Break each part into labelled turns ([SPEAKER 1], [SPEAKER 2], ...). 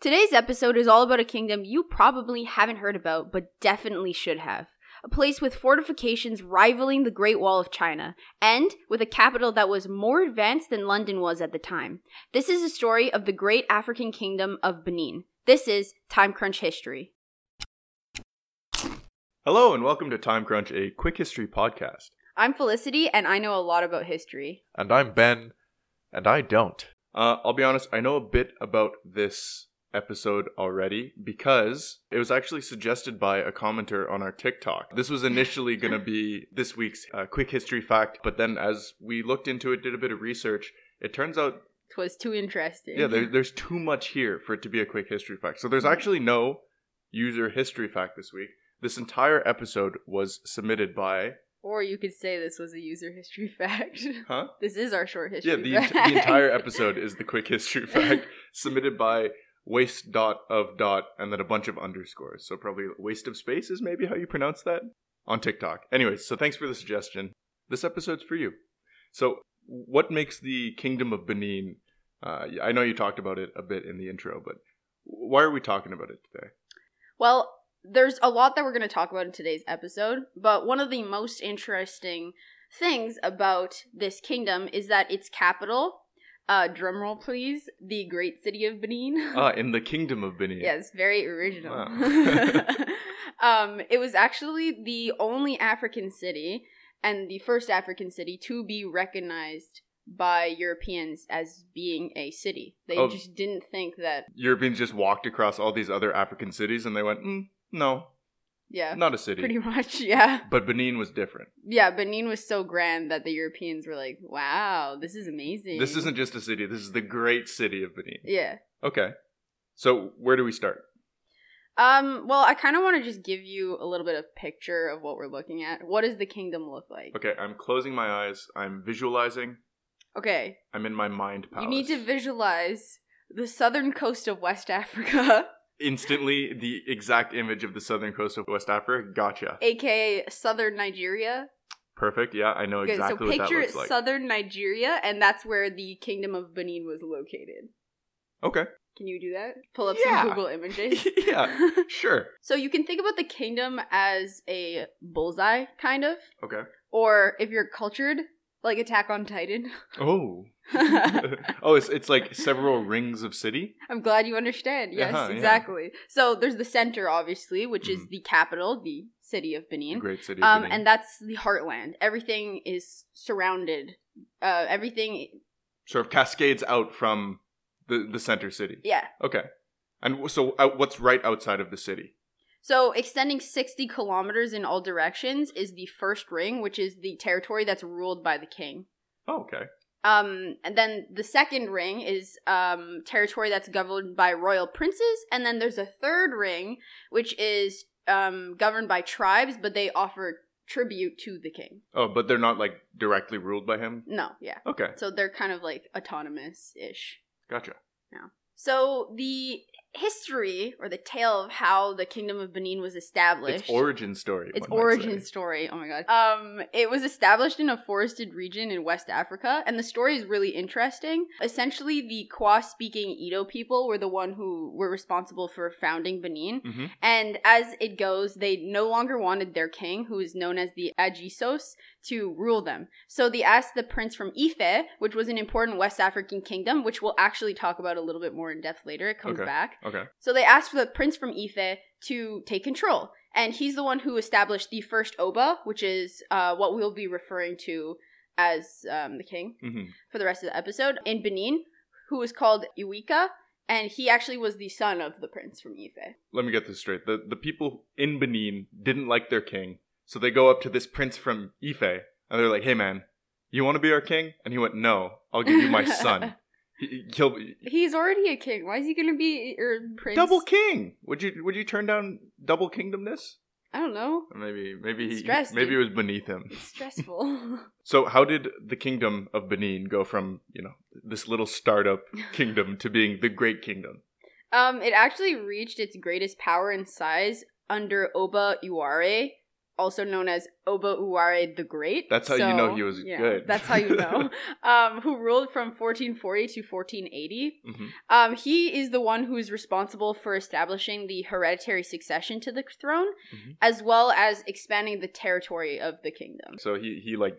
[SPEAKER 1] Today's episode is all about a kingdom you probably haven't heard about, but definitely should have. A place with fortifications rivaling the Great Wall of China, and with a capital that was more advanced than London was at the time. This is a story of the great African kingdom of Benin. This is Time Crunch History.
[SPEAKER 2] Hello and welcome to Time Crunch, a quick history podcast.
[SPEAKER 1] I'm Felicity, and I know a lot about history.
[SPEAKER 3] And I'm Ben, and I don't.
[SPEAKER 2] Uh, I'll be honest, I know a bit about this episode already because it was actually suggested by a commenter on our TikTok. This was initially going to be this week's uh, quick history fact, but then as we looked into it, did a bit of research, it turns out,
[SPEAKER 1] Twas too interesting.
[SPEAKER 2] yeah, there, there's too much here for it to be a quick history fact. So there's actually no user history fact this week. This entire episode was submitted by
[SPEAKER 1] Or you could say this was a user history fact.
[SPEAKER 2] Huh?
[SPEAKER 1] This is our short history.
[SPEAKER 2] Yeah, the, ent- the entire episode is the quick history fact submitted by waste dot of dot and then a bunch of underscores. So probably waste of space is maybe how you pronounce that on TikTok. Anyways, so thanks for the suggestion. This episode's for you. So what makes the Kingdom of Benin? Uh, I know you talked about it a bit in the intro, but why are we talking about it today?
[SPEAKER 1] Well, there's a lot that we're going to talk about in today's episode, but one of the most interesting things about this kingdom is that its capital, uh, drumroll please, the great city of Benin.
[SPEAKER 2] Ah, in the Kingdom of Benin.
[SPEAKER 1] Yes, very original.
[SPEAKER 2] Wow.
[SPEAKER 1] um, it was actually the only African city and the first African city to be recognized by Europeans as being a city. They
[SPEAKER 2] Oh.
[SPEAKER 1] just didn't think that,
[SPEAKER 2] Europeans just walked across all these other African cities and they went, mm, no,
[SPEAKER 1] yeah,
[SPEAKER 2] not a city.
[SPEAKER 1] pretty much, yeah.
[SPEAKER 2] But Benin was different.
[SPEAKER 1] Yeah, Benin was so grand that the Europeans were like, wow, this is amazing.
[SPEAKER 2] This isn't just a city. This is the great city of Benin.
[SPEAKER 1] Yeah.
[SPEAKER 2] Okay. So where do we start?
[SPEAKER 1] Um, well, I kind of want to just give you a little bit of picture of what we're looking at. What does the kingdom look like?
[SPEAKER 2] Okay, I'm closing my eyes. I'm visualizing.
[SPEAKER 1] Okay,
[SPEAKER 2] I'm in my mind palace.
[SPEAKER 1] you need to visualize the southern coast of West Africa,
[SPEAKER 2] instantly the exact image of the southern coast of West Africa. Gotcha.
[SPEAKER 1] aka southern Nigeria.
[SPEAKER 2] Perfect. Yeah, I know
[SPEAKER 1] Okay,
[SPEAKER 2] exactly
[SPEAKER 1] so
[SPEAKER 2] what that
[SPEAKER 1] picture
[SPEAKER 2] looks
[SPEAKER 1] it
[SPEAKER 2] like.
[SPEAKER 1] southern Nigeria, and that's where the kingdom of Benin was located.
[SPEAKER 2] okay.
[SPEAKER 1] Can you do that? Pull up
[SPEAKER 2] Yeah.
[SPEAKER 1] some Google images.
[SPEAKER 2] yeah. Sure.
[SPEAKER 1] So you can think about the kingdom as a bullseye, kind of,
[SPEAKER 2] Okay.
[SPEAKER 1] or if you're cultured, like Attack on Titan.
[SPEAKER 2] Oh.
[SPEAKER 1] I'm
[SPEAKER 2] oh, it's it's like several rings of city.
[SPEAKER 1] glad you understand. Yes,
[SPEAKER 2] Uh-huh, yeah. Mm-hmm.
[SPEAKER 1] exactly. So there's the center, obviously, which is the capital, the city of
[SPEAKER 2] The
[SPEAKER 1] Benin,
[SPEAKER 2] great city. Of
[SPEAKER 1] um,
[SPEAKER 2] Benin.
[SPEAKER 1] and that's the heartland. Everything is surrounded. Uh, everything,
[SPEAKER 2] sort of cascades out from the the center city.
[SPEAKER 1] yeah.
[SPEAKER 2] Okay. And so uh, what's right outside of the city?
[SPEAKER 1] So extending 60 kilometers in all directions is the first ring, which is the territory that's ruled by the king.
[SPEAKER 2] Oh, okay.
[SPEAKER 1] Um, and then the second ring is um, territory that's governed by royal princes, and then there's a third ring which is um, governed by tribes, but they offer tribute to the king.
[SPEAKER 2] Oh, but they're not like directly ruled by him.
[SPEAKER 1] No, yeah,
[SPEAKER 2] Okay,
[SPEAKER 1] so they're kind of like autonomous ish.
[SPEAKER 2] gotcha.
[SPEAKER 1] So the history or the tale of how the kingdom of Benin was established.
[SPEAKER 2] Its origin story.
[SPEAKER 1] Its
[SPEAKER 2] one might
[SPEAKER 1] origin
[SPEAKER 2] say.
[SPEAKER 1] story. Oh my god. Um, it was established in a forested region in West Africa, and the story is really interesting. Essentially, the Kwa-speaking Edo people were the one who were responsible for founding Benin,
[SPEAKER 2] Mhm.
[SPEAKER 1] and as it goes, they no longer wanted their king, who is known as the Agisos, to rule them. So they asked the prince from Ife, which was an important West African kingdom, which we'll actually talk about a little bit more in depth later. It comes
[SPEAKER 2] Okay.
[SPEAKER 1] back.
[SPEAKER 2] Okay.
[SPEAKER 1] So they asked for the prince from Ife to take control. And he's the one who established the first Oba, which is uh, what we'll be referring to as um, the king
[SPEAKER 2] hmm
[SPEAKER 1] for the rest of the episode in Benin, who was called Iwika. And he actually was the son of the prince from Ife.
[SPEAKER 2] Let me get this straight. The the people in Benin didn't like their king, so they go up to this prince from Ife, and they're like, "Hey, man, you want to be our king?" And he went, "No, I'll give you my son. He, he'll
[SPEAKER 1] He's already a king. Why is he going to be your prince?
[SPEAKER 2] double king. Would you would you turn down double kingdomness?
[SPEAKER 1] I don't know.
[SPEAKER 2] Maybe maybe he,
[SPEAKER 1] Stressed,
[SPEAKER 2] maybe it
[SPEAKER 1] dude.
[SPEAKER 2] was beneath him.
[SPEAKER 1] It's stressful.
[SPEAKER 2] So how did the kingdom of Benin go from you know this little startup kingdom to being the great kingdom?
[SPEAKER 1] Um, it actually reached its greatest power and size under Oba Iware, also known as Oba Uware the Great.
[SPEAKER 2] That's how you know he was good.
[SPEAKER 1] That's how you know. um, who ruled from 1440 to 1480.
[SPEAKER 2] Mhm.
[SPEAKER 1] Um, he is the one who is responsible for establishing the hereditary succession to the throne,
[SPEAKER 2] Mhm.
[SPEAKER 1] as well as expanding the territory of the kingdom.
[SPEAKER 2] So he he like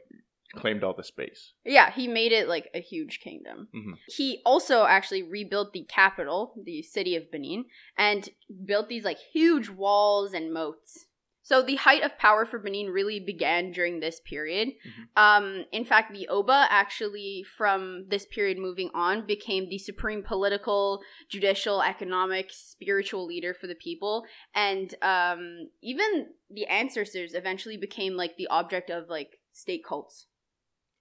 [SPEAKER 2] claimed all the space.
[SPEAKER 1] Yeah, he made it like a huge kingdom.
[SPEAKER 2] Mhm.
[SPEAKER 1] He also actually rebuilt the capital, the city of Benin, and built these like huge walls and moats. So the height of power for Benin really began during this period. Um, in fact, the Oba actually, from this period moving on, became the supreme political, judicial, economic, spiritual leader for the people, and um, even the ancestors eventually became like the object of like state cults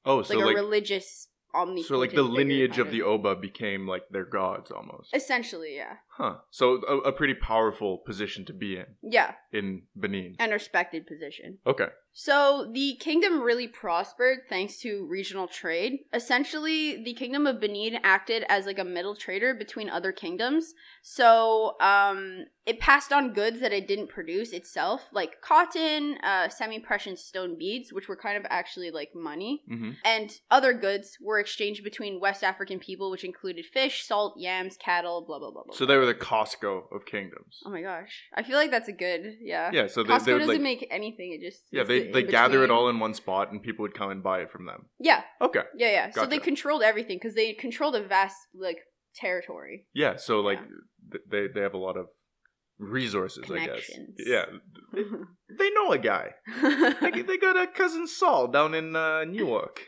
[SPEAKER 2] Oh, so
[SPEAKER 1] like a
[SPEAKER 2] like,
[SPEAKER 1] religious omnipotent.
[SPEAKER 2] so like the
[SPEAKER 1] figure,
[SPEAKER 2] lineage
[SPEAKER 1] kind
[SPEAKER 2] of the Oba became like their gods almost.
[SPEAKER 1] Essentially, yeah,
[SPEAKER 2] Huh. So a, a pretty powerful position to be in
[SPEAKER 1] yeah,
[SPEAKER 2] in Benin.
[SPEAKER 1] and respected position.
[SPEAKER 2] Okay.
[SPEAKER 1] So the kingdom really prospered thanks to regional trade. Essentially, the kingdom of Benin acted as like a middle trader between other kingdoms. So um, it passed on goods that it didn't produce itself, like cotton, uh, semi-precious stone beads, which were kind of actually like money.
[SPEAKER 2] hmm
[SPEAKER 1] and other goods were exchanged between West African people, which included fish, salt, yams, cattle, blah blah blah. blah.
[SPEAKER 2] So they were the Costco of kingdoms.
[SPEAKER 1] oh my gosh, I feel like that's a good yeah.
[SPEAKER 2] Yeah. So they,
[SPEAKER 1] Costco
[SPEAKER 2] they would
[SPEAKER 1] doesn't
[SPEAKER 2] like
[SPEAKER 1] make anything; it just
[SPEAKER 2] yeah
[SPEAKER 1] it's
[SPEAKER 2] they
[SPEAKER 1] the
[SPEAKER 2] they gather it
[SPEAKER 1] in-between.
[SPEAKER 2] all in one spot and people would come and buy it from them.
[SPEAKER 1] Yeah,
[SPEAKER 2] Okay.
[SPEAKER 1] yeah, yeah. So they
[SPEAKER 2] Gotcha.
[SPEAKER 1] controlled everything because they controlled a vast like territory.
[SPEAKER 2] Yeah. So like
[SPEAKER 1] Yeah.
[SPEAKER 2] th they they have a lot of resources. I guess.
[SPEAKER 1] Connections.
[SPEAKER 2] Yeah. They know a guy. They, they got a cousin Saul down in uh, Newark.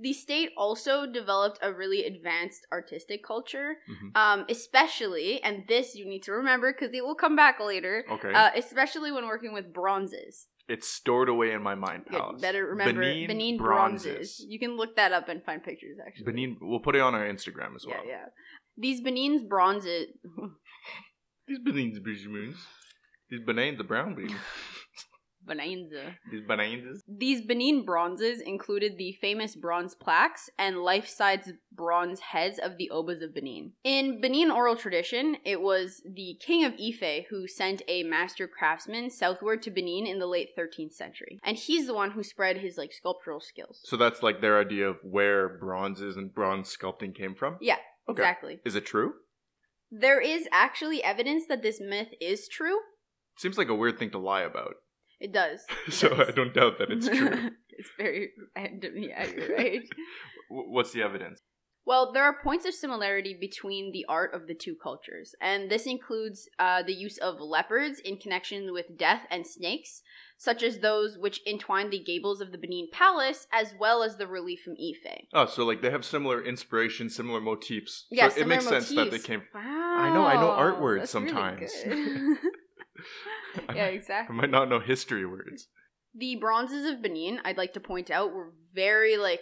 [SPEAKER 1] the state also developed a really advanced artistic culture,
[SPEAKER 2] Mhm.
[SPEAKER 1] um, especially, and this you need to remember because it will come back later.
[SPEAKER 2] Okay.
[SPEAKER 1] Uh, especially when working with bronzes.
[SPEAKER 2] It's stored away in my mind
[SPEAKER 1] Yeah,
[SPEAKER 2] palace.
[SPEAKER 1] better remember Benin, bronzes. You can look that up and find pictures actually.
[SPEAKER 2] Benin. We'll put it on our Instagram as well.
[SPEAKER 1] Yeah, yeah. These Benin's bronzes.
[SPEAKER 2] These Benin's busy moons. These Benin, the brown beans.
[SPEAKER 1] Bonanza.
[SPEAKER 2] These Benins.
[SPEAKER 1] These Benin bronzes included the famous bronze plaques and life-size bronze heads of the Obas of Benin. In Benin oral tradition, it was the king of Ife who sent a master craftsman southward to Benin in the late 13th century, and he's the one who spread his like sculptural skills.
[SPEAKER 2] So that's like their idea of where bronzes and bronze sculpting came from.
[SPEAKER 1] Yeah,
[SPEAKER 2] Okay.
[SPEAKER 1] Exactly.
[SPEAKER 2] Is it true?
[SPEAKER 1] There is actually evidence that this myth is true.
[SPEAKER 2] Seems like a weird thing to lie about.
[SPEAKER 1] It does. It
[SPEAKER 2] so
[SPEAKER 1] does.
[SPEAKER 2] I don't doubt that it's true. W-
[SPEAKER 1] it's very random. Yeah, you're right.
[SPEAKER 2] What's the evidence?
[SPEAKER 1] well, there are points of similarity between the art of the two cultures, and this includes uh, the use of leopards in connection with death and snakes, such as those which entwine the gables of the Benin Palace, as well as the relief from Ife.
[SPEAKER 2] Oh, so like they have similar inspiration, similar motifs.
[SPEAKER 1] Yeah,
[SPEAKER 2] so it makes
[SPEAKER 1] similar
[SPEAKER 2] sense that they
[SPEAKER 1] motifs.
[SPEAKER 2] came.
[SPEAKER 1] Wow.
[SPEAKER 2] know- I know art words
[SPEAKER 1] that's really
[SPEAKER 2] sometimes.
[SPEAKER 1] good.
[SPEAKER 2] I
[SPEAKER 1] yeah,
[SPEAKER 2] might- I
[SPEAKER 1] exactly.
[SPEAKER 2] might not know history words.
[SPEAKER 1] the bronzes of Benin, I'd like to point out, were very like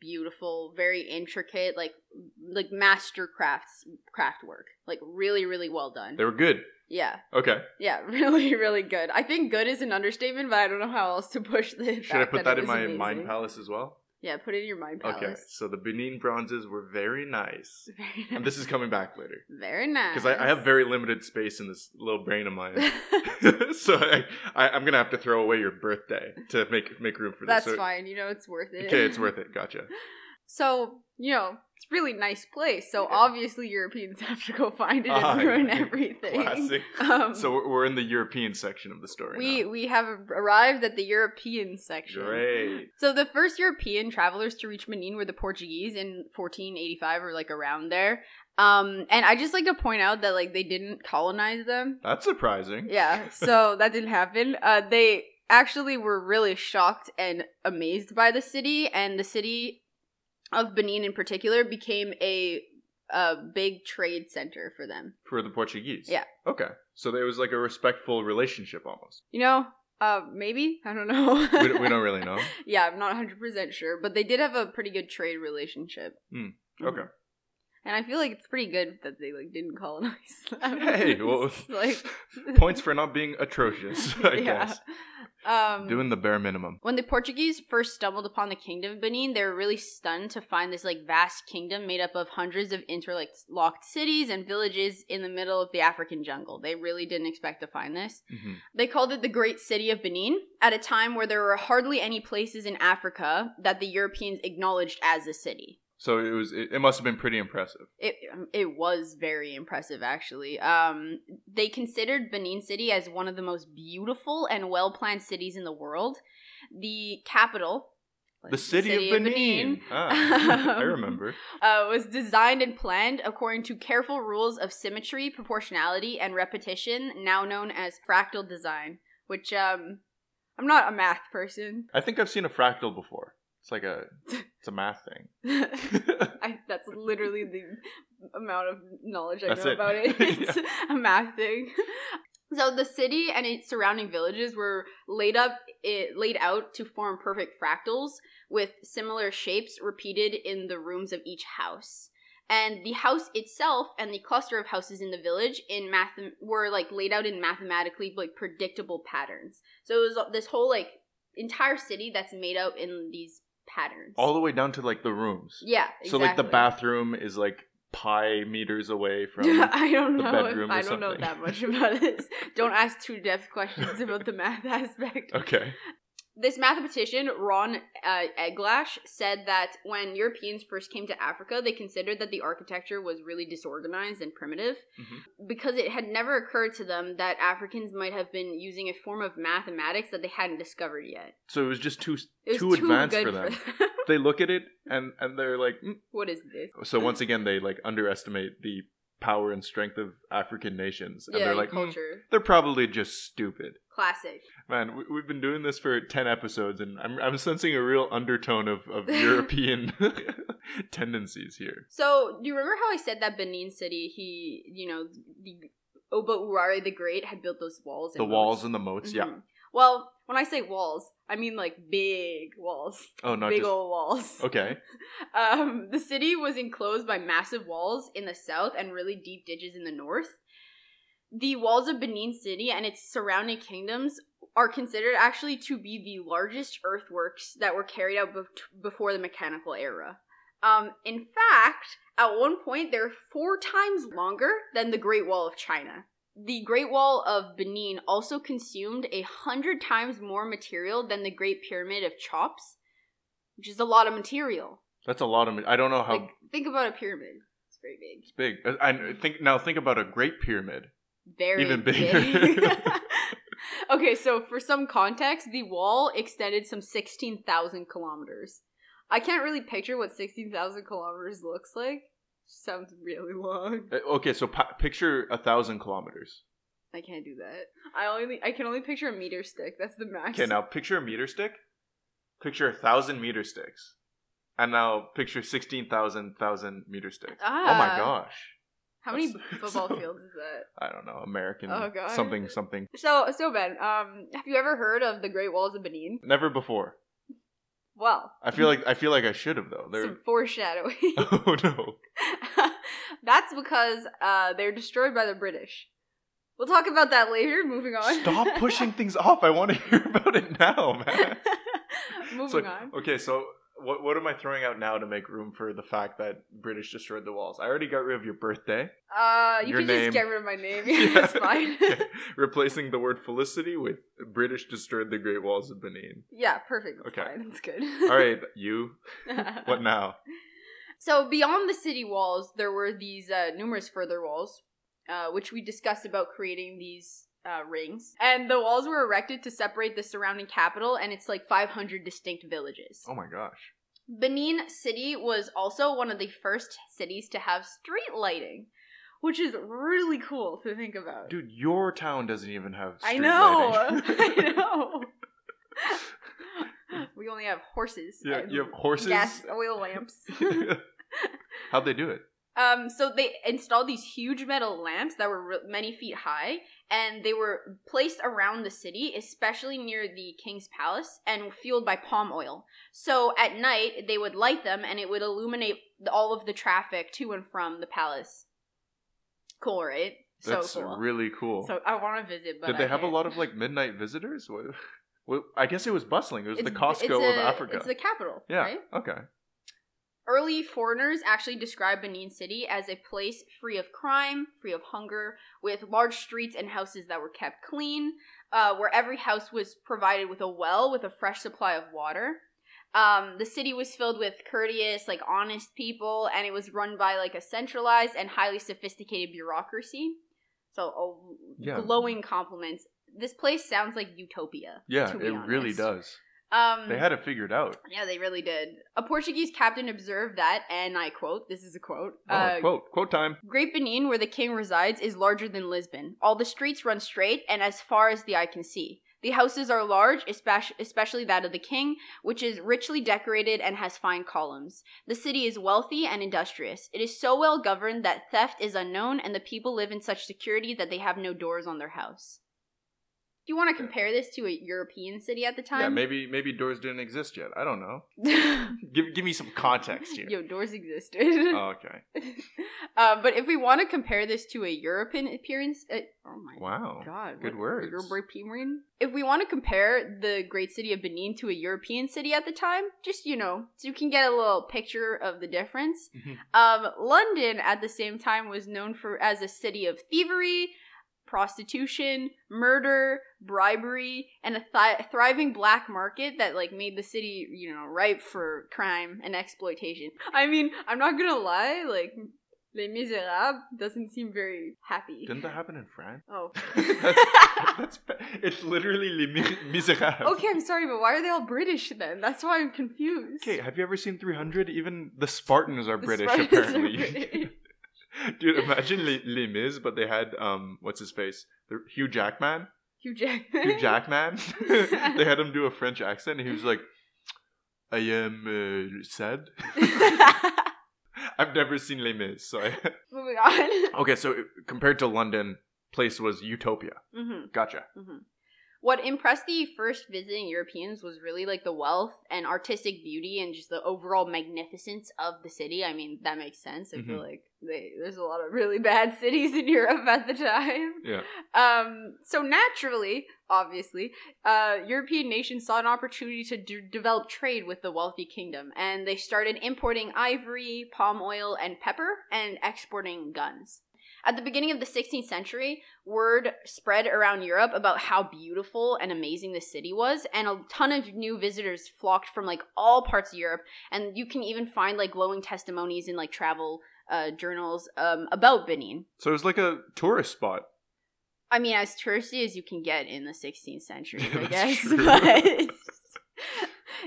[SPEAKER 1] beautiful, very intricate, like like master crafts craft work. Like really, really well done.
[SPEAKER 2] They were good.
[SPEAKER 1] yeah.
[SPEAKER 2] Okay.
[SPEAKER 1] Yeah, really, really good. I think good is an understatement, but I don't know how else to push this.
[SPEAKER 2] Should I put that, in my mind palace as well?
[SPEAKER 1] Yeah, put it in your mind palace.
[SPEAKER 2] Okay, so the Benin bronzes were very nice.
[SPEAKER 1] Very
[SPEAKER 2] And this is coming back later.
[SPEAKER 1] very nice.
[SPEAKER 2] Because I, I have very limited space in this little brain of mine.
[SPEAKER 1] very
[SPEAKER 2] so I, I, I'm going to have to throw away your birthday to make make room for this.
[SPEAKER 1] That's
[SPEAKER 2] So-
[SPEAKER 1] fine, you know it's worth it.
[SPEAKER 2] Okay, it's worth it. Gotcha.
[SPEAKER 1] So, you know, it's a really nice place. So
[SPEAKER 2] Yeah.
[SPEAKER 1] obviously Europeans have to go find it and
[SPEAKER 2] Ah,
[SPEAKER 1] ruin
[SPEAKER 2] yeah.
[SPEAKER 1] everything.
[SPEAKER 2] Classic.
[SPEAKER 1] Um,
[SPEAKER 2] So we're, we're in the European section of the story.
[SPEAKER 1] we
[SPEAKER 2] now.
[SPEAKER 1] we have arrived at the European section.
[SPEAKER 2] Great.
[SPEAKER 1] So the first European travelers to reach Benin were the Portuguese in 1485 or like around there. Um, and I just like to point out that like they didn't colonize them.
[SPEAKER 2] That's surprising.
[SPEAKER 1] Yeah, so that didn't happen. Uh, they actually were really shocked and amazed by the city, and the city of Benin in particular became a a big trade center for them.
[SPEAKER 2] For the Portuguese.
[SPEAKER 1] Yeah.
[SPEAKER 2] Okay. So there was like a respectful relationship almost.
[SPEAKER 1] You know, uh, maybe I don't know.
[SPEAKER 2] We, don't- we don't really know.
[SPEAKER 1] Yeah, I'm not 100% sure, but they did have a pretty good trade relationship.
[SPEAKER 2] Hmm,
[SPEAKER 1] Mhm.
[SPEAKER 2] Okay.
[SPEAKER 1] And I feel like it's pretty good that they like didn't colonize them.
[SPEAKER 2] Hey, well,
[SPEAKER 1] It's like
[SPEAKER 2] points for not being atrocious, I
[SPEAKER 1] yeah.
[SPEAKER 2] guess.
[SPEAKER 1] Um,
[SPEAKER 2] Doing the bare minimum.
[SPEAKER 1] When the Portuguese first stumbled upon the kingdom of Benin, they were really stunned to find this like vast kingdom made up of hundreds of interlocked cities and villages in the middle of the African jungle. They really didn't expect to find this.
[SPEAKER 2] Mhm.
[SPEAKER 1] They called it the Great City of Benin at a time where there were hardly any places in Africa that the Europeans acknowledged as a city.
[SPEAKER 2] So it was. It, it must have been pretty impressive.
[SPEAKER 1] It um, it was very impressive actually. Um, they considered Benin City as one of the most beautiful and well planned cities in the world. The capital,
[SPEAKER 2] The city, of Benin. Ah, I remember.
[SPEAKER 1] uh, was designed and planned according to careful rules of symmetry, proportionality, and repetition, now known as fractal design. Which um, I'm not a math person.
[SPEAKER 2] I think I've seen a fractal before. It's like a. It's a math thing.
[SPEAKER 1] I, that's literally the amount of knowledge I
[SPEAKER 2] That's
[SPEAKER 1] know
[SPEAKER 2] it.
[SPEAKER 1] about it.
[SPEAKER 2] Yeah.
[SPEAKER 1] It's a math thing. So the city and its surrounding villages were laid up, it, laid out to form perfect fractals with similar shapes repeated in the rooms of each house. And the house itself and the cluster of houses in the village in math were like laid out in mathematically like predictable patterns. So it was this whole like entire city that's made out in these patterns.
[SPEAKER 2] All the way down to like the rooms.
[SPEAKER 1] Yeah.
[SPEAKER 2] So like the
[SPEAKER 1] exactly.
[SPEAKER 2] bathroom is like pi meters away from.
[SPEAKER 1] I don't
[SPEAKER 2] the
[SPEAKER 1] know.
[SPEAKER 2] bedroom
[SPEAKER 1] If,
[SPEAKER 2] or
[SPEAKER 1] I don't know
[SPEAKER 2] something.
[SPEAKER 1] that much about this. don't ask too depth questions about the math aspect.
[SPEAKER 2] okay.
[SPEAKER 1] This mathematician Ron uh, Eglash said that when Europeans first came to Africa, they considered that the architecture was really disorganized and primitive
[SPEAKER 2] Mm-hmm.
[SPEAKER 1] because it had never occurred to them that Africans might have been using a form of mathematics that they hadn't discovered yet.
[SPEAKER 2] So it was just too
[SPEAKER 1] It was
[SPEAKER 2] too, advanced
[SPEAKER 1] good
[SPEAKER 2] for them. they look at it and and they're like. "Mm."
[SPEAKER 1] what is this?
[SPEAKER 2] So once again, they like underestimate the power and strength of African nations, and
[SPEAKER 1] yeah,
[SPEAKER 2] they're
[SPEAKER 1] and
[SPEAKER 2] like, "Mm,
[SPEAKER 1] culture
[SPEAKER 2] they're probably just stupid.
[SPEAKER 1] classic.
[SPEAKER 2] Man, we, we've been doing this for ten episodes, and I'm I'm sensing a real undertone of of European tendencies here.
[SPEAKER 1] So, do you remember how I said that Benin City, he, you know, the Oba Urare the Great had built those walls?
[SPEAKER 2] The walls and the moats, yeah.
[SPEAKER 1] Mhm. Well, when I say walls, I mean like big walls,
[SPEAKER 2] Oh, not
[SPEAKER 1] big
[SPEAKER 2] just
[SPEAKER 1] old walls.
[SPEAKER 2] okay.
[SPEAKER 1] Um, the city was enclosed by massive walls in the south and really deep ditches in the north. The walls of Benin City and its surrounding kingdoms are considered actually to be the largest earthworks that were carried out bef- before the mechanical era. Um, in fact, at one point, they're four times longer than the Great Wall of China. The Great Wall of Benin also consumed a hundred times more material than the Great Pyramid of Cheops, which is a lot of material.
[SPEAKER 2] That's a lot of. ma- I don't know how
[SPEAKER 1] Like, think about a pyramid. It's very big.
[SPEAKER 2] it's big. I- I think now. Think about a great pyramid.
[SPEAKER 1] Very
[SPEAKER 2] Even bigger.
[SPEAKER 1] big. okay, so for some context, the wall extended some 16,000 kilometers. I can't really picture what 16,000 kilometers looks like. Sounds really long.
[SPEAKER 2] Uh, Okay, so pi picture a thousand kilometers.
[SPEAKER 1] I can't do that. I only I can only picture a meter stick. That's the max.
[SPEAKER 2] Okay, now picture a meter stick. Picture a thousand meter sticks. And now picture 16,000 thousand meter sticks. oh my
[SPEAKER 1] Ah.
[SPEAKER 2] gosh.
[SPEAKER 1] How many
[SPEAKER 2] That's-
[SPEAKER 1] football
[SPEAKER 2] so-
[SPEAKER 1] fields is that?
[SPEAKER 2] I don't know. American
[SPEAKER 1] Oh, God.
[SPEAKER 2] something something.
[SPEAKER 1] So so Ben, um, have you ever heard of the Great Walls of Benin?
[SPEAKER 2] Never before.
[SPEAKER 1] Well,
[SPEAKER 2] I feel like I feel like I should have though. They're
[SPEAKER 1] some foreshadowing.
[SPEAKER 2] Oh no.
[SPEAKER 1] That's because uh, they're destroyed by the British. We'll talk about that later. Moving on.
[SPEAKER 2] Stop pushing things off. I want to hear about it now, man.
[SPEAKER 1] Moving
[SPEAKER 2] So,
[SPEAKER 1] on.
[SPEAKER 2] Okay, so what what am I throwing out now to make room for the fact that British destroyed the walls? I already got rid of your birthday.
[SPEAKER 1] Uh, you
[SPEAKER 2] your
[SPEAKER 1] can
[SPEAKER 2] name.
[SPEAKER 1] just get rid of my name.
[SPEAKER 2] Yeah.
[SPEAKER 1] Yeah, that's fine.
[SPEAKER 2] Okay, Replacing the word felicity with British destroyed the Great Walls of Benin.
[SPEAKER 1] yeah, perfect. That's
[SPEAKER 2] Okay.
[SPEAKER 1] fine. That's good.
[SPEAKER 2] All right, you. What now?
[SPEAKER 1] So beyond the city walls, there were these uh, numerous further walls, uh, which we discussed about creating these uh, rings. And the walls were erected to separate the surrounding capital and its like 500 distinct villages.
[SPEAKER 2] Oh my gosh.
[SPEAKER 1] Benin City was also one of the first cities to have street lighting, which is really cool to think about.
[SPEAKER 2] Dude, your town doesn't even have street
[SPEAKER 1] I know.
[SPEAKER 2] lighting.
[SPEAKER 1] I know. we only have horses.
[SPEAKER 2] Yeah,
[SPEAKER 1] and
[SPEAKER 2] you have horses?
[SPEAKER 1] Gas oil lamps.
[SPEAKER 2] How'd they do it?
[SPEAKER 1] um, so they installed these huge metal lamps that were re- many feet high, and they were placed around the city, especially near the king's palace, and fueled by palm oil. So at night, they would light them, and it would illuminate the- all of the traffic to and from the palace. Cool, right?
[SPEAKER 2] That's
[SPEAKER 1] so cool.
[SPEAKER 2] really cool.
[SPEAKER 1] so I want to visit, but
[SPEAKER 2] Did they
[SPEAKER 1] I
[SPEAKER 2] have a
[SPEAKER 1] can't.
[SPEAKER 2] lot of like midnight visitors? What- Well, I guess it was bustling. It was the
[SPEAKER 1] It's-
[SPEAKER 2] Costco
[SPEAKER 1] it's
[SPEAKER 2] of
[SPEAKER 1] a-
[SPEAKER 2] Africa.
[SPEAKER 1] It's the capital,
[SPEAKER 2] yeah.
[SPEAKER 1] right?
[SPEAKER 2] Okay.
[SPEAKER 1] Early foreigners actually described Benin City as a place free of crime, free of hunger, with large streets and houses that were kept clean, uh, where every house was provided with a well with a fresh supply of water. Um, the city was filled with courteous, like honest people, and it was run by like a centralized and highly sophisticated bureaucracy. So, a
[SPEAKER 2] Yeah.
[SPEAKER 1] glowing compliments. This place sounds like utopia.
[SPEAKER 2] Yeah,
[SPEAKER 1] to be
[SPEAKER 2] it really
[SPEAKER 1] honest.
[SPEAKER 2] does.
[SPEAKER 1] Um,
[SPEAKER 2] They had it figured out.
[SPEAKER 1] yeah, they really did. A Portuguese captain observed that, and I quote, this is a quote.
[SPEAKER 2] Oh,
[SPEAKER 1] uh,
[SPEAKER 2] quote quote time.
[SPEAKER 1] Great Benin, where the king resides, is larger than Lisbon. All the streets run straight and as far as the eye can see. The houses are large, espec- especially that of the king, which is richly decorated and has fine columns. The city is wealthy and industrious. It is so well governed that theft is unknown, and the people live in such security that they have no doors on their house. Do you want to compare this to a European city at the
[SPEAKER 2] Yeah,
[SPEAKER 1] time?
[SPEAKER 2] maybe maybe doors didn't exist yet. I don't know.
[SPEAKER 1] maybe.
[SPEAKER 2] Give give me some context here.
[SPEAKER 1] Yo, doors existed.
[SPEAKER 2] Oh, okay.
[SPEAKER 1] Uh, but if we want to compare this to a European appearance, uh, oh my
[SPEAKER 2] Wow.
[SPEAKER 1] god,
[SPEAKER 2] Good
[SPEAKER 1] what-
[SPEAKER 2] words.
[SPEAKER 1] European. If we want to compare the great city of Benin to a European city at the time, just you know, so you can get a little picture of the difference.
[SPEAKER 2] Mhm.
[SPEAKER 1] Um, London at the same time was known for as a city of thievery, prostitution, murder, bribery, and a th- thriving black market that like made the city, you know, ripe for crime and exploitation. I mean, I'm not gonna lie, like Les Miserables doesn't seem very happy.
[SPEAKER 2] Didn't that happen in France?
[SPEAKER 1] Oh.
[SPEAKER 2] That's- That's ba- it's literally Les Mi- Miserables.
[SPEAKER 1] okay, I'm sorry, but why are they all British then? That's why I'm confused.
[SPEAKER 2] Okay, have you ever seen 300? Even the Spartans are
[SPEAKER 1] The
[SPEAKER 2] British,
[SPEAKER 1] Spartans are
[SPEAKER 2] apparently.
[SPEAKER 1] British.
[SPEAKER 2] Dude, imagine Les, Les Mis, but they had, um, what's his face? The, Hugh Jackman?
[SPEAKER 1] Hugh Jackman.
[SPEAKER 2] Hugh Jackman? they had him do a French accent, and he was like, I am uh, sad. I've never seen Les Mis, so I...
[SPEAKER 1] Moving on.
[SPEAKER 2] Okay, so compared to London, place was utopia.
[SPEAKER 1] hmm
[SPEAKER 2] Gotcha.
[SPEAKER 1] hmm What impressed the first visiting Europeans was really like the wealth and artistic beauty and just the overall magnificence of the city. I mean, that makes sense. I
[SPEAKER 2] Mm-hmm.
[SPEAKER 1] feel like they, there's a lot of really bad cities in Europe at the time.
[SPEAKER 2] Yeah.
[SPEAKER 1] Um, so naturally, obviously, uh, European nations saw an opportunity to d- develop trade with the wealthy kingdom, and they started importing ivory, palm oil, and pepper, and exporting guns. At the beginning of the 16th century, word spread around Europe about how beautiful and amazing the city was, and a ton of new visitors flocked from like all parts of Europe, and you can even find like glowing testimonies in like travel uh, journals um, about Benin.
[SPEAKER 2] So it was like a tourist spot.
[SPEAKER 1] I mean, as touristy as you can get in the 16th century,
[SPEAKER 2] Yeah,
[SPEAKER 1] I
[SPEAKER 2] that's
[SPEAKER 1] guess.
[SPEAKER 2] true.
[SPEAKER 1] But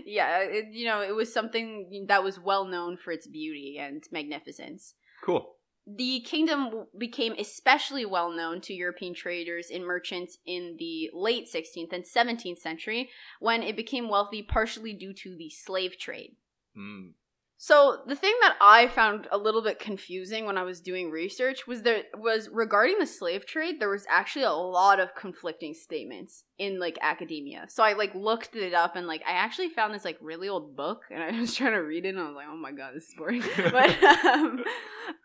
[SPEAKER 1] yeah, it, you know, it was something that was well known for its beauty and magnificence.
[SPEAKER 2] Cool.
[SPEAKER 1] The kingdom w- became especially well known to European traders and merchants in the late 16th and 17th century when it became wealthy partially due to the slave trade.
[SPEAKER 2] Mm.
[SPEAKER 1] So the thing that I found a little bit confusing when I was doing research was there was regarding the slave trade, there was actually a lot of conflicting statements in like academia. So I like looked it up and like I actually found this like really old book and I was trying to read it and I was like, oh my god, this is boring. but um,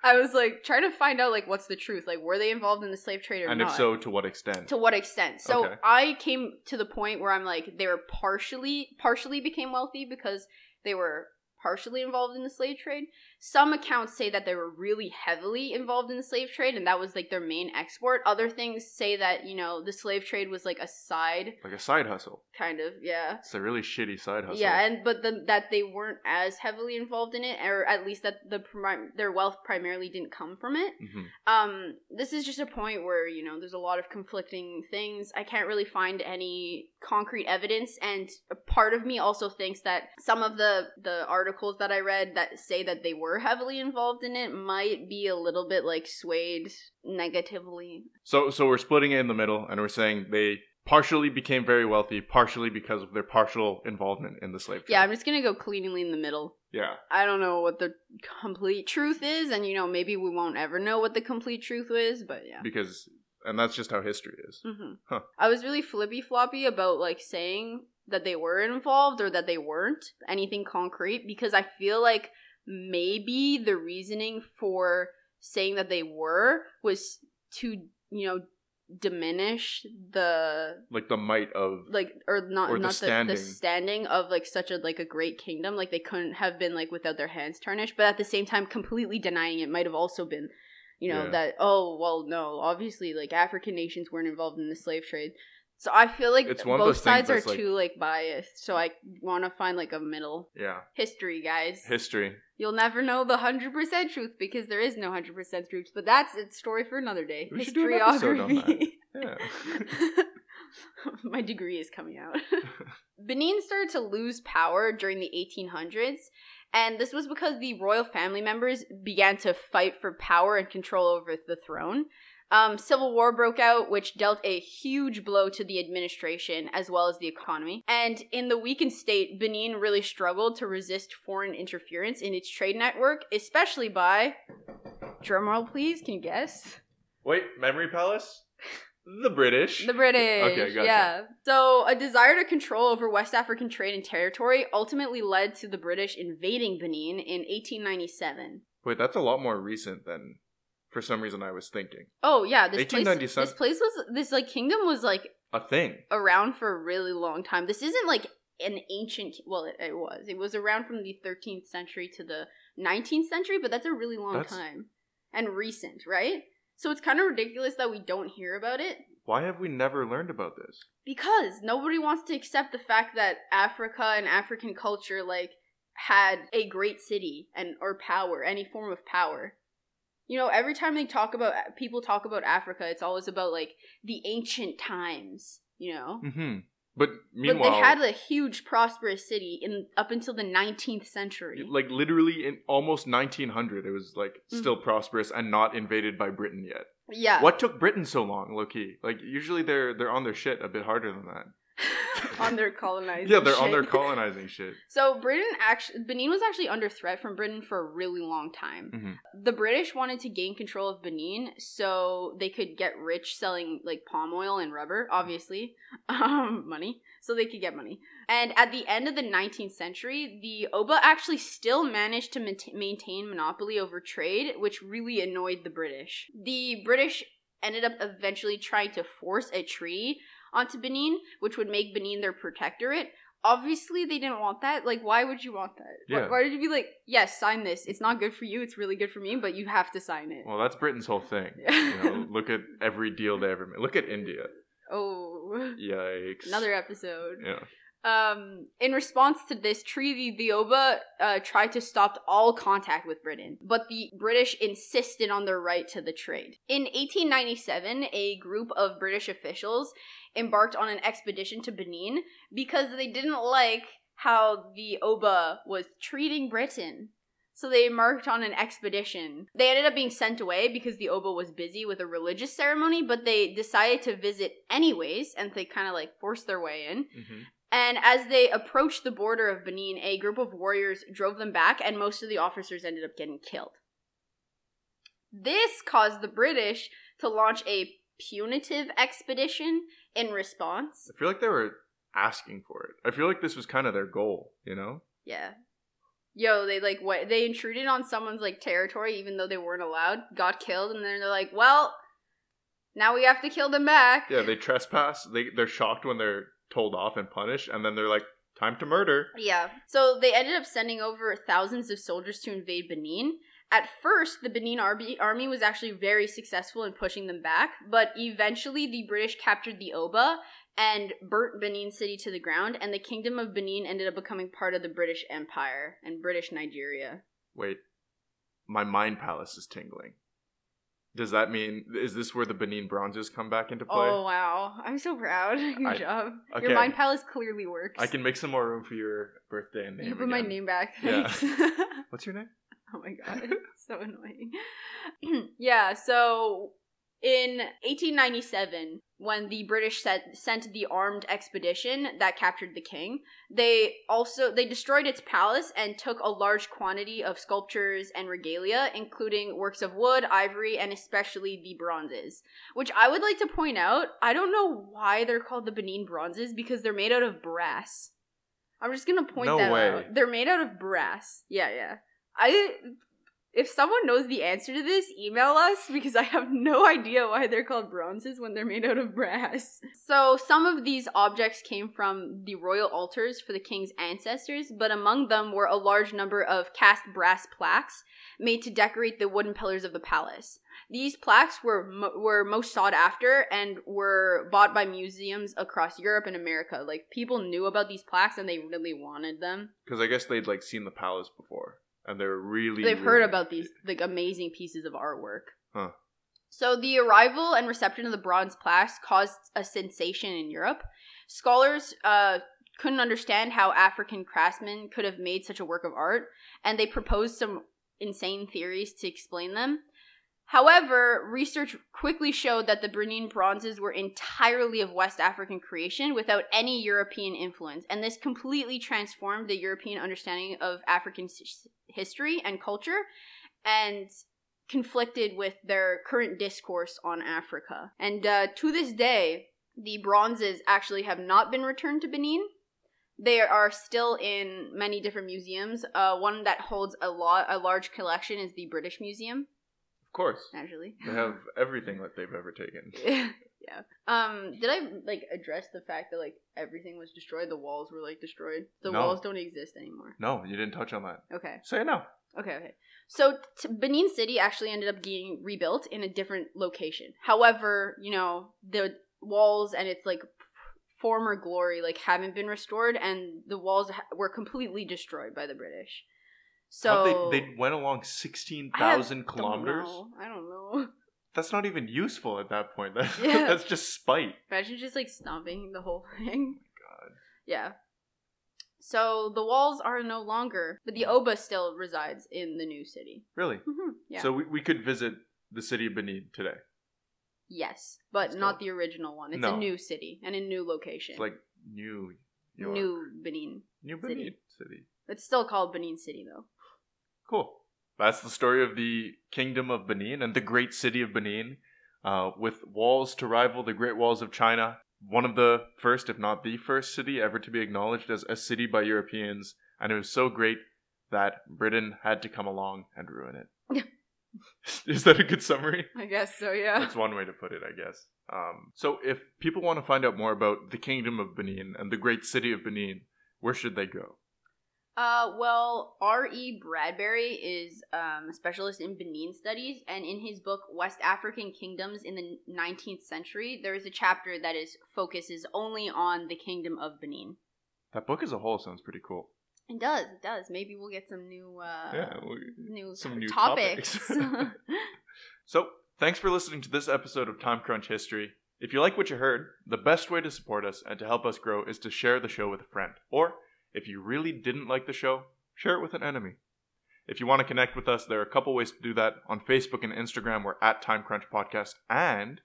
[SPEAKER 1] I was like trying to find out like what's the truth. Like were they involved in the slave trade or
[SPEAKER 2] And
[SPEAKER 1] not?
[SPEAKER 2] if so, to what extent?
[SPEAKER 1] to what extent so
[SPEAKER 2] Okay.
[SPEAKER 1] i came to the point where i'm like they were partially partially became wealthy because they were partially involved in the slave trade some accounts say that they were really heavily involved in the slave trade and that was like their main export other things say that you know the slave trade was like a side
[SPEAKER 2] like a side hustle.
[SPEAKER 1] kind of yeah
[SPEAKER 2] It's a really shitty side hustle.
[SPEAKER 1] yeah and but the, that they weren't as heavily involved in it or at least that the primi- their wealth primarily didn't come from it
[SPEAKER 2] Mhm.
[SPEAKER 1] um this is just a point where you know there's a lot of conflicting things i can't really find any concrete evidence and a part of me also thinks that some of the the articles that i read that say that they were heavily involved in it might be a little bit like swayed negatively
[SPEAKER 2] So so we're splitting it in the middle, and we're saying they partially became very wealthy, partially because of their partial involvement in the slave trade.
[SPEAKER 1] yeah i'm just gonna go cleanly in the middle
[SPEAKER 2] yeah.
[SPEAKER 1] i don't know what the complete truth is and you know maybe we won't ever know what the complete truth is but yeah
[SPEAKER 2] Because and that's just how history is.
[SPEAKER 1] Mm-hmm.
[SPEAKER 2] Huh.
[SPEAKER 1] I was really flippy floppy about like saying that they were involved or that they weren't anything concrete because I feel like maybe the reasoning for saying that they were was to you know diminish the
[SPEAKER 2] like the might of
[SPEAKER 1] Mm-hmm. like or not
[SPEAKER 2] Or the
[SPEAKER 1] not the
[SPEAKER 2] standing.
[SPEAKER 1] the standing of like such a like a great kingdom like they couldn't have been like without their hands tarnished but at the same time completely denying it might have also been you know
[SPEAKER 2] Yeah.
[SPEAKER 1] that oh well no obviously like african nations weren't involved in the slave trade so i feel like
[SPEAKER 2] It's one of
[SPEAKER 1] both
[SPEAKER 2] those things
[SPEAKER 1] sides are
[SPEAKER 2] that's, like-
[SPEAKER 1] too like biased so i want to find like a middle
[SPEAKER 2] yeah
[SPEAKER 1] history guys
[SPEAKER 2] history.
[SPEAKER 1] you'll never know the 100% truth because there is no 100% truth but that's a story for another day
[SPEAKER 2] We should do an episode on that.
[SPEAKER 1] Historiography.
[SPEAKER 2] Yeah,
[SPEAKER 1] My degree is coming out. Benin started to lose power during the 1800s, and this was because the royal family members began to fight for power and control over the throne. Um, civil war broke out, which dealt a huge blow to the administration as well as the economy. And in the weakened state, Benin really struggled to resist foreign interference in its trade network, especially by. Drumroll, please. Can you guess?
[SPEAKER 2] wait, Memory Palace, the British.
[SPEAKER 1] The British.
[SPEAKER 2] Okay, gotcha.
[SPEAKER 1] Yeah. So a desire to control over West African trade and territory ultimately led to the British invading Benin in 1897.
[SPEAKER 2] wait, that's a lot more recent than for some reason I was thinking.
[SPEAKER 1] Oh yeah, this place
[SPEAKER 2] 1897.
[SPEAKER 1] this place was this like kingdom was like
[SPEAKER 2] A thing.
[SPEAKER 1] around for a really long time. This isn't like an ancient ki- well it, it was. It was around from the 13th century to the 19th century, but that's a really long
[SPEAKER 2] That's-
[SPEAKER 1] time and recent, right? So it's kind of ridiculous that we don't hear about it.
[SPEAKER 2] Why have we never learned about this?
[SPEAKER 1] because nobody wants to accept the fact that Africa and African culture like had a great city and or power, any form of power. You know, every time they talk about people talk about Africa, it's always about like the ancient times, you know.
[SPEAKER 2] Mm-hmm. But
[SPEAKER 1] But
[SPEAKER 2] meanwhile,
[SPEAKER 1] they had a huge prosperous city in up until the 19th century.
[SPEAKER 2] like literally in almost 1900, it was like
[SPEAKER 1] Mm.
[SPEAKER 2] still prosperous and not invaded by Britain yet.
[SPEAKER 1] yeah.
[SPEAKER 2] What took Britain so long, low key? Like usually they're they're on their shit a bit harder than that.
[SPEAKER 1] on their colonizing.
[SPEAKER 2] yeah, they're on
[SPEAKER 1] shit.
[SPEAKER 2] their colonizing shit.
[SPEAKER 1] So Britain actually Benin was actually under threat from Britain for a really long time. The British wanted to gain control of Benin so they could get rich selling like palm oil and rubber, obviously, um, money, so they could get money. And at the end of the 19th century, the Oba actually still managed to maintain- maintain monopoly over trade, which really annoyed the British. The British ended up eventually trying to force a treaty onto Benin, which would make Benin their protectorate. Obviously, they didn't want that. Like, why would you want that? Why-
[SPEAKER 2] Yeah.
[SPEAKER 1] Why, did you be like, yes, sign this? It's not good for you. It's really good for me, but you have to sign it.
[SPEAKER 2] Well, that's Britain's whole thing. You know, look at every deal they ever made. Look at India.
[SPEAKER 1] oh,
[SPEAKER 2] Yikes.
[SPEAKER 1] another episode.
[SPEAKER 2] Yeah.
[SPEAKER 1] Um, in response to this treaty, the Oba uh, tried to stop all contact with Britain, but the British insisted on their right to the trade. In 1897, a group of British officials embarked on an expedition to Benin because they didn't like how the Oba was treating Britain. So they embarked on an expedition. They ended up being sent away because the Oba was busy with a religious ceremony, but they decided to visit anyways, and they kind of like forced their way in.
[SPEAKER 2] Mhm.
[SPEAKER 1] And as they approached the border of Benin, a group of warriors drove them back, and most of the officers ended up getting killed. This caused the British to launch a punitive expedition in response.
[SPEAKER 2] I feel like they were asking for it. I feel like this was kind of their goal. You know.
[SPEAKER 1] Yeah. Yo, they like what they intruded on someone's like territory even though they weren't allowed, got killed, and then they're like, Well, now we have to kill them back.
[SPEAKER 2] Yeah, they trespass. They they're shocked when they're told off and punished, and then they're like, "Time to murder."
[SPEAKER 1] Yeah. So they ended up sending over thousands of soldiers to invade Benin. At first, the Benin army, army was actually very successful in pushing them back, but eventually the British captured the Oba and burnt Benin city to the ground, and the Kingdom of Benin ended up becoming part of the British Empire and British Nigeria.
[SPEAKER 2] Wait, my mind palace is tingling. Does that mean is this where the Benin bronzes come back into play?
[SPEAKER 1] Oh, wow. I'm so proud. Good
[SPEAKER 2] I-
[SPEAKER 1] job.
[SPEAKER 2] okay.
[SPEAKER 1] Your mind palace clearly works.
[SPEAKER 2] I can make some more room for your birthday and name.
[SPEAKER 1] You put my
[SPEAKER 2] again.
[SPEAKER 1] name back.
[SPEAKER 2] Yeah.
[SPEAKER 1] Thanks.
[SPEAKER 2] What's your name?
[SPEAKER 1] Oh my god, so annoying. yeah, so in 1897, when the British set, sent the armed expedition that captured the king, they also they destroyed its palace and took a large quantity of sculptures and regalia, including works of wood, ivory, and especially the bronzes. Which I would like to point out, I don't know why they're called the Benin bronzes because they're made out of brass. I'm just gonna point
[SPEAKER 2] No
[SPEAKER 1] that
[SPEAKER 2] way.
[SPEAKER 1] out. They're made out of brass. Yeah, yeah. I If someone knows the answer to this, email us because I have no idea why they're called bronzes when they're made out of brass. So, some of these objects came from the royal altars for the king's ancestors, but among them were a large number of cast brass plaques made to decorate the wooden pillars of the palace. These plaques were mo- were most sought after and were bought by museums across Europe and America. Like people knew about these plaques and they really wanted them.
[SPEAKER 2] Because I guess they'd like seen the palace before, and they're really
[SPEAKER 1] They've heard
[SPEAKER 2] really-
[SPEAKER 1] about these like amazing pieces of artwork.
[SPEAKER 2] Huh.
[SPEAKER 1] So the arrival and reception of the bronze plaques caused a sensation in Europe. Scholars uh, couldn't understand how African craftsmen could have made such a work of art, and they proposed some insane theories to explain them. However, research quickly showed that the Benin bronzes were entirely of West African creation without any European influence, and this completely transformed the European understanding of African s- history and culture and conflicted with their current discourse on Africa. And uh, to this day, the bronzes actually have not been returned to Benin. They are still in many different museums. Uh, one that holds a lot, a large collection, is the British Museum.
[SPEAKER 2] Of course,
[SPEAKER 1] Naturally,
[SPEAKER 2] they have everything that they've ever taken.
[SPEAKER 1] yeah. Um, did I like address the fact that like everything was destroyed? The walls were like destroyed. The
[SPEAKER 2] No.
[SPEAKER 1] walls don't exist anymore.
[SPEAKER 2] No, you didn't touch on that.
[SPEAKER 1] Okay.
[SPEAKER 2] Say no.
[SPEAKER 1] Okay, okay. So t- Benin City actually ended up being rebuilt in a different location. However, you know, the walls and its like f- former glory like haven't been restored and the walls ha- were completely destroyed by the British. So
[SPEAKER 2] How'd they, they went along sixteen thousand
[SPEAKER 1] I don't
[SPEAKER 2] kilometers.
[SPEAKER 1] know. I don't know.
[SPEAKER 2] That's not even useful at that point. That,
[SPEAKER 1] Yeah.
[SPEAKER 2] That's just spite.
[SPEAKER 1] Imagine just like stomping the whole thing.
[SPEAKER 2] Oh
[SPEAKER 1] Yeah. So the walls are no longer, but the Oba still resides in the new city.
[SPEAKER 2] Really.
[SPEAKER 1] Mhm, Yeah.
[SPEAKER 2] So we, we could visit the city of Benin today.
[SPEAKER 1] Yes, but
[SPEAKER 2] Let's
[SPEAKER 1] not
[SPEAKER 2] go.
[SPEAKER 1] the original one. It's a
[SPEAKER 2] No.
[SPEAKER 1] new city and a new location.
[SPEAKER 2] It's like New York.
[SPEAKER 1] new Benin.
[SPEAKER 2] New
[SPEAKER 1] City.
[SPEAKER 2] Benin city.
[SPEAKER 1] It's still called Benin City though.
[SPEAKER 2] Cool. That's the story of the Kingdom of Benin and the great city of Benin, uh, with walls to rival the Great Walls of China. One of the first, if not the first, city ever to be acknowledged as a city by Europeans, and it was so great that Britain had to come along and ruin it. Is that a good summary?
[SPEAKER 1] I guess so. Yeah.
[SPEAKER 2] That's one way to put it, I guess. Um, so, if people want to find out more about the Kingdom of Benin and the great city of Benin, where should they go?
[SPEAKER 1] Uh, well, R.E. Bradbury is um, a specialist in Benin studies, and in his book West African Kingdoms in the 19th Century, there is a chapter that is focuses only on the Kingdom of Benin.
[SPEAKER 2] That book as a whole sounds pretty cool.
[SPEAKER 1] It does, it does. Maybe we'll get some new, uh,
[SPEAKER 2] yeah. we-
[SPEAKER 1] new
[SPEAKER 2] some new
[SPEAKER 1] topics.
[SPEAKER 2] topics. So, thanks for listening to this episode of Time Crunch History. If you like what you heard, the best way to support us and to help us grow is to share the show with a friend. Or, if you really didn't like the show, share it with an enemy. If you want to connect with us, there are a couple ways to do that. On Facebook and Instagram, we're at Time Crunch Podcast and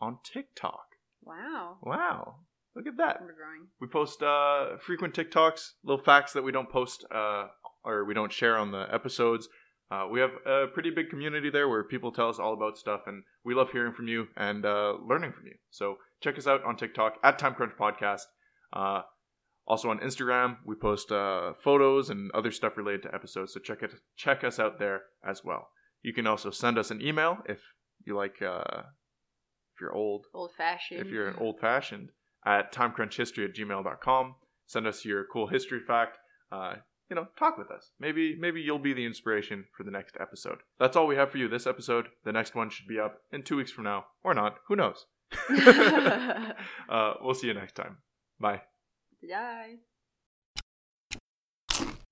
[SPEAKER 2] on TikTok.
[SPEAKER 1] wow,
[SPEAKER 2] Wow. Look at that.
[SPEAKER 1] we're growing.
[SPEAKER 2] We post uh, frequent TikToks, little facts that we don't post uh, or we don't share on the episodes. Uh, we have a pretty big community there where people tell us all about stuff, and we love hearing from you and uh, learning from you. So check us out on TikTok at Time Crunch Podcast. Uh, also on Instagram, we post uh, photos and other stuff related to episodes. So check it, check us out there as well. You can also send us an email if you like. Uh, if you're old,
[SPEAKER 1] Old fashioned.
[SPEAKER 2] if you're an old fashioned, at timecrunchhistory at gmail.com. Send us your cool history fact. Uh, you know, talk with us. Maybe maybe you'll be the inspiration for the next episode. That's all we have for you this episode. The next one should be up in two weeks from now, or not. Who knows? uh, we'll see you next time. Bye.
[SPEAKER 1] Die.